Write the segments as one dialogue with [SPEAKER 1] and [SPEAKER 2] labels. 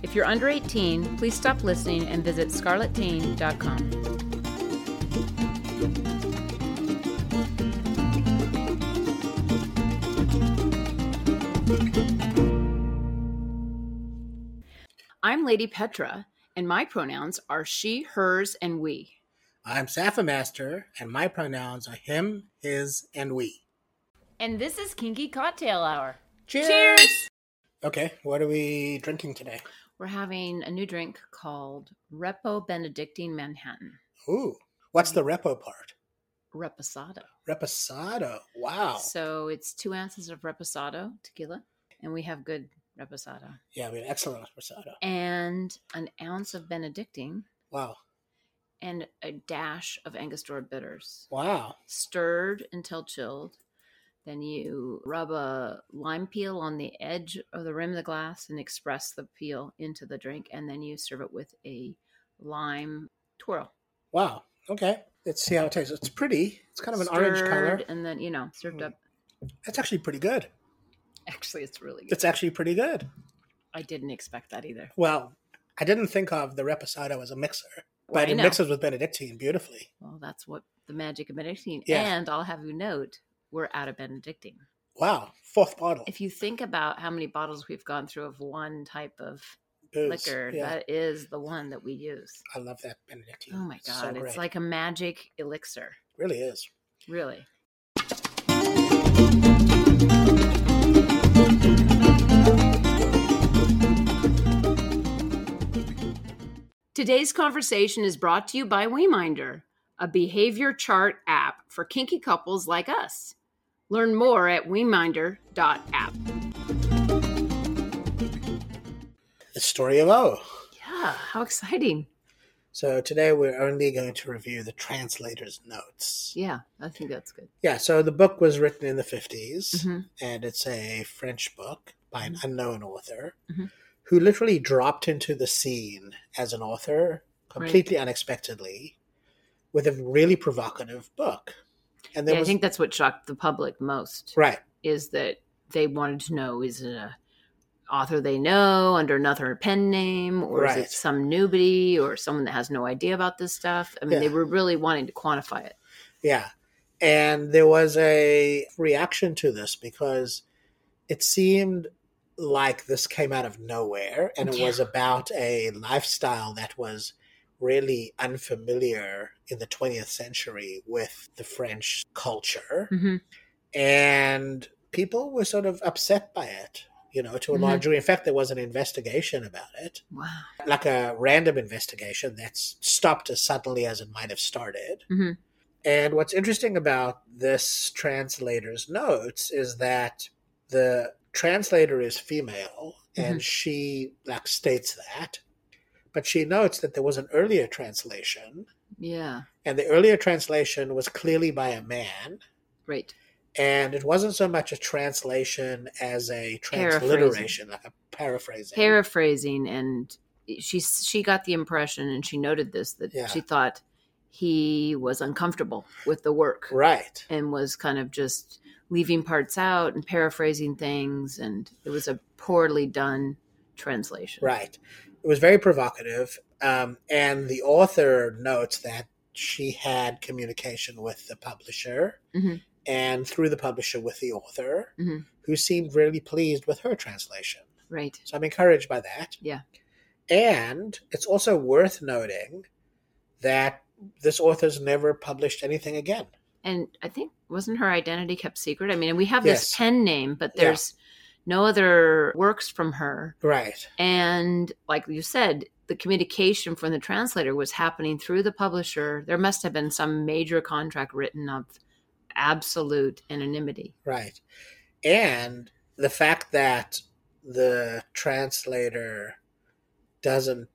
[SPEAKER 1] If you're under 18, please stop listening and visit scarletteen.com. I'm Lady Petra, and my pronouns are she, hers, and we.
[SPEAKER 2] I'm Safa Master, and my pronouns are him, his, and we.
[SPEAKER 1] And this is Kinky Cocktail Hour.
[SPEAKER 2] Cheers! Okay, what are we drinking today?
[SPEAKER 1] We're having a new drink called Repo Benedictine Manhattan
[SPEAKER 2] Ooh, what's the repo part?
[SPEAKER 1] Reposado.
[SPEAKER 2] Reposado. Wow.
[SPEAKER 1] So it's two ounces of Reposado tequila, and we have good Reposado,
[SPEAKER 2] Yeah, we had excellent reposado.
[SPEAKER 1] and an ounce of Benedictine,
[SPEAKER 2] Wow.
[SPEAKER 1] and a dash of Angostura bitters.
[SPEAKER 2] Wow.
[SPEAKER 1] stirred until chilled. Then you rub a lime peel on the edge of the rim of the glass and express the peel into the drink. And then you serve it with a lime twirl.
[SPEAKER 2] Wow. Okay, let's see how it tastes. It's pretty. It's kind of an orange color.
[SPEAKER 1] Stirred And then, you know, served
[SPEAKER 2] Mm.
[SPEAKER 1] up.
[SPEAKER 2] That's actually pretty good.
[SPEAKER 1] Actually, it's really good.
[SPEAKER 2] Mm. It's actually pretty good.
[SPEAKER 1] I didn't expect that either.
[SPEAKER 2] Well, I didn't think of the reposado as a mixer,
[SPEAKER 1] Well,
[SPEAKER 2] but
[SPEAKER 1] I
[SPEAKER 2] it
[SPEAKER 1] know.
[SPEAKER 2] mixes with Benedictine beautifully.
[SPEAKER 1] Well, that's what the magic of Benedictine.
[SPEAKER 2] Yeah.
[SPEAKER 1] And I'll have you note, we're out of Benedictine.
[SPEAKER 2] Wow. Fourth bottle.
[SPEAKER 1] If you think about how many bottles we've gone through of one type of
[SPEAKER 2] Booze.
[SPEAKER 1] liquor,
[SPEAKER 2] Yeah,
[SPEAKER 1] that is the one that we use.
[SPEAKER 2] I love that Benedictine.
[SPEAKER 1] Oh my
[SPEAKER 2] so
[SPEAKER 1] god, it's
[SPEAKER 2] great.
[SPEAKER 1] like a magic elixir,
[SPEAKER 2] really is.
[SPEAKER 1] really. Today's conversation is brought to you by WeMinder, a behavior chart app for kinky couples like us. Learn more at WeMinder.app.
[SPEAKER 2] The story of O.
[SPEAKER 1] Yeah, how exciting.
[SPEAKER 2] So today we're only going to review the translator's notes.
[SPEAKER 1] Yeah, I think that's good.
[SPEAKER 2] Yeah, so the book was written in the 50s,
[SPEAKER 1] Mhm.
[SPEAKER 2] and it's a French book by
[SPEAKER 1] Mm-hmm.
[SPEAKER 2] an unknown author
[SPEAKER 1] Mhm.
[SPEAKER 2] who literally dropped into the scene as an author completely unexpectedly with a really provocative book. And there
[SPEAKER 1] Yeah, I
[SPEAKER 2] was
[SPEAKER 1] think that's what shocked the public most.
[SPEAKER 2] right,
[SPEAKER 1] is that they wanted to know is it a author they know under another pen name or is
[SPEAKER 2] Right.
[SPEAKER 1] it some newbie or someone that has no idea about this stuff i mean they
[SPEAKER 2] Yeah.
[SPEAKER 1] were really wanting to quantify it
[SPEAKER 2] yeah. And there was a reaction to this because it seemed like this came out of nowhere and it
[SPEAKER 1] Yeah.
[SPEAKER 2] was about a lifestyle that was really unfamiliar in the 20th century with the French
[SPEAKER 1] Hmm.
[SPEAKER 2] culture. And people were sort of upset by it, you know, to a large
[SPEAKER 1] Mhm.
[SPEAKER 2] degree. In fact, there was an investigation about it,
[SPEAKER 1] wow
[SPEAKER 2] like a random investigation that's stopped as suddenly as it might have started.
[SPEAKER 1] Mhm.
[SPEAKER 2] And what's interesting about this translator's notes is that the translator is female and she like states that. But she notes that there was an earlier translation,
[SPEAKER 1] yeah
[SPEAKER 2] and the earlier translation was clearly by a man,
[SPEAKER 1] great
[SPEAKER 2] and it wasn't so much a translation as a
[SPEAKER 1] Paraphrasing.
[SPEAKER 2] transliteration, like a paraphrasing.
[SPEAKER 1] paraphrasing and she she got the impression and she noted this that
[SPEAKER 2] Yeah.
[SPEAKER 1] she thought he was uncomfortable with the work
[SPEAKER 2] right.
[SPEAKER 1] and was kind of just leaving parts out and paraphrasing things and it was a poorly done translation
[SPEAKER 2] Right. It was very provocative. Um, and the author notes that she had communication with the publisher
[SPEAKER 1] Mhm.
[SPEAKER 2] and through the publisher with the author,
[SPEAKER 1] Mhm.
[SPEAKER 2] who seemed really pleased with her translation.
[SPEAKER 1] right
[SPEAKER 2] So I'm encouraged by that.
[SPEAKER 1] Yeah.
[SPEAKER 2] And it's also worth noting that this author's never published anything again.
[SPEAKER 1] And I think wasn't her identity kept secret? I mean, we have
[SPEAKER 2] Yes.
[SPEAKER 1] this pen name, but
[SPEAKER 2] Yeah.
[SPEAKER 1] there's no other works from her.
[SPEAKER 2] Right.
[SPEAKER 1] And like you said, the communication from the translator was happening through the publisher. There must have been some major contract written of absolute anonymity.
[SPEAKER 2] Right. And the fact that the translator doesn't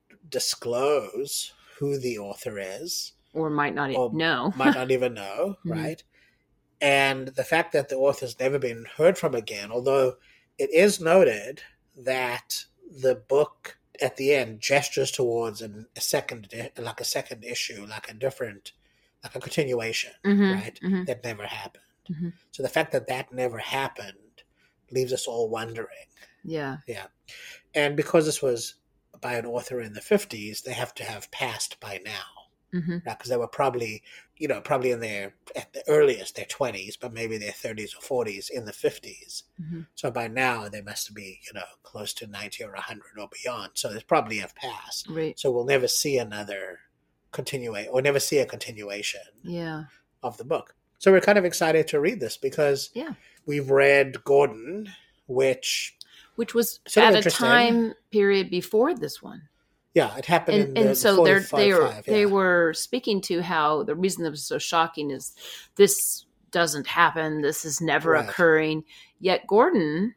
[SPEAKER 2] disclose who the author is,
[SPEAKER 1] Or might not
[SPEAKER 2] Or
[SPEAKER 1] even know.
[SPEAKER 2] might not even know,
[SPEAKER 1] Mhm.
[SPEAKER 2] right? And the fact that the author's never been heard from again, although it is noted that the book at the end gestures towards an, a second, e- like a second issue, like a different, like a continuation
[SPEAKER 1] Mhm,
[SPEAKER 2] right.
[SPEAKER 1] mhm.
[SPEAKER 2] that never happened.
[SPEAKER 1] Mhm.
[SPEAKER 2] So the fact that that never happened leaves us all wondering.
[SPEAKER 1] Yeah.
[SPEAKER 2] And because this was by an author in the 50s, they have to have passed by now.
[SPEAKER 1] hmm
[SPEAKER 2] because they were probably, you know, probably in their at the earliest their twenties, but maybe their thirties or forties in the 50s
[SPEAKER 1] Mhm.
[SPEAKER 2] So by now they must be, you know, close to ninety or hundred or beyond. So they probably have passed.
[SPEAKER 1] Right.
[SPEAKER 2] So we'll never see another continuation, or never see a continuation
[SPEAKER 1] Yeah.
[SPEAKER 2] of the book. So we're kind of excited to read this because
[SPEAKER 1] Yeah.
[SPEAKER 2] we've read Gordon, which
[SPEAKER 1] Which was
[SPEAKER 2] So
[SPEAKER 1] at a
[SPEAKER 2] interesting.
[SPEAKER 1] time period before this one.
[SPEAKER 2] yeah, it happened in
[SPEAKER 1] and,
[SPEAKER 2] the,
[SPEAKER 1] and
[SPEAKER 2] the
[SPEAKER 1] so they're, they
[SPEAKER 2] 45,
[SPEAKER 1] were
[SPEAKER 2] yeah.
[SPEAKER 1] they were speaking to how the reason that was so shocking is this doesn't happen this is never
[SPEAKER 2] Right.
[SPEAKER 1] occurring yet gordon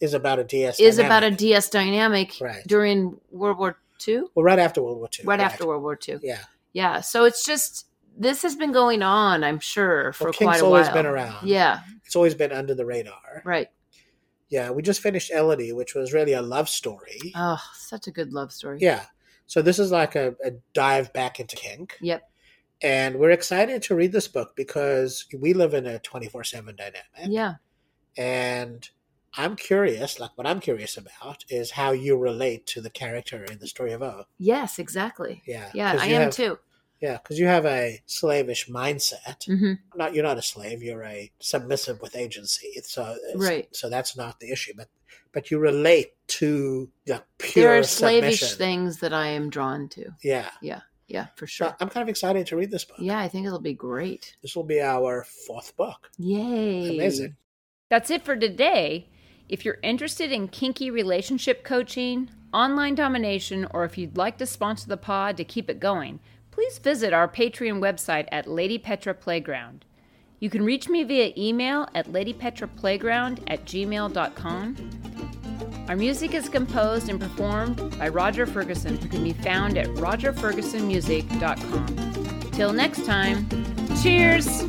[SPEAKER 2] is about a DS
[SPEAKER 1] is about a
[SPEAKER 2] dynamic.
[SPEAKER 1] ds dynamic
[SPEAKER 2] Right.
[SPEAKER 1] during world war ii
[SPEAKER 2] well right after World War II.
[SPEAKER 1] right after world war ii
[SPEAKER 2] Yeah.
[SPEAKER 1] yeah so it's just this has been going on i'm sure for
[SPEAKER 2] Well, King's
[SPEAKER 1] quite a
[SPEAKER 2] always
[SPEAKER 1] while
[SPEAKER 2] been around.
[SPEAKER 1] yeah
[SPEAKER 2] it's always been under the radar.
[SPEAKER 1] right
[SPEAKER 2] Yeah, we just finished Elodie, which was really a love story.
[SPEAKER 1] oh such a good love story
[SPEAKER 2] yeah. So this is like a, a dive back into kink.
[SPEAKER 1] yep
[SPEAKER 2] And we're excited to read this book because we live in a 24 7 dynamic.
[SPEAKER 1] yeah
[SPEAKER 2] And I'm curious, like what I'm curious about is how you relate to the character in the story of O.
[SPEAKER 1] yes exactly
[SPEAKER 2] Yeah.
[SPEAKER 1] yeah
[SPEAKER 2] 'cause
[SPEAKER 1] i
[SPEAKER 2] you
[SPEAKER 1] am
[SPEAKER 2] have-
[SPEAKER 1] too
[SPEAKER 2] Yeah, because you have a slavish mindset.
[SPEAKER 1] hmm
[SPEAKER 2] Not you're not a slave. You're a submissive with agency. So
[SPEAKER 1] Right.
[SPEAKER 2] So that's not the issue. But but you relate to the pure
[SPEAKER 1] there are slavish
[SPEAKER 2] submission.
[SPEAKER 1] things that i am drawn to
[SPEAKER 2] Yeah.
[SPEAKER 1] yeah for sure
[SPEAKER 2] So I'm kind of excited to read this book.
[SPEAKER 1] Yeah, I think it'll be great.
[SPEAKER 2] This will be our fourth book.
[SPEAKER 1] Yay.
[SPEAKER 2] Amazing.
[SPEAKER 3] That's it for today. If you're interested in kinky relationship coaching, online domination, or if you'd like to sponsor the pod to keep it going, please visit our Patreon website at Lady Petra Playground. You can reach me via email at ladypetraplayground at gmail.com. Our music is composed and performed by Roger Ferguson, who can be found at rogerfergusonmusic.com. Till next time, cheers!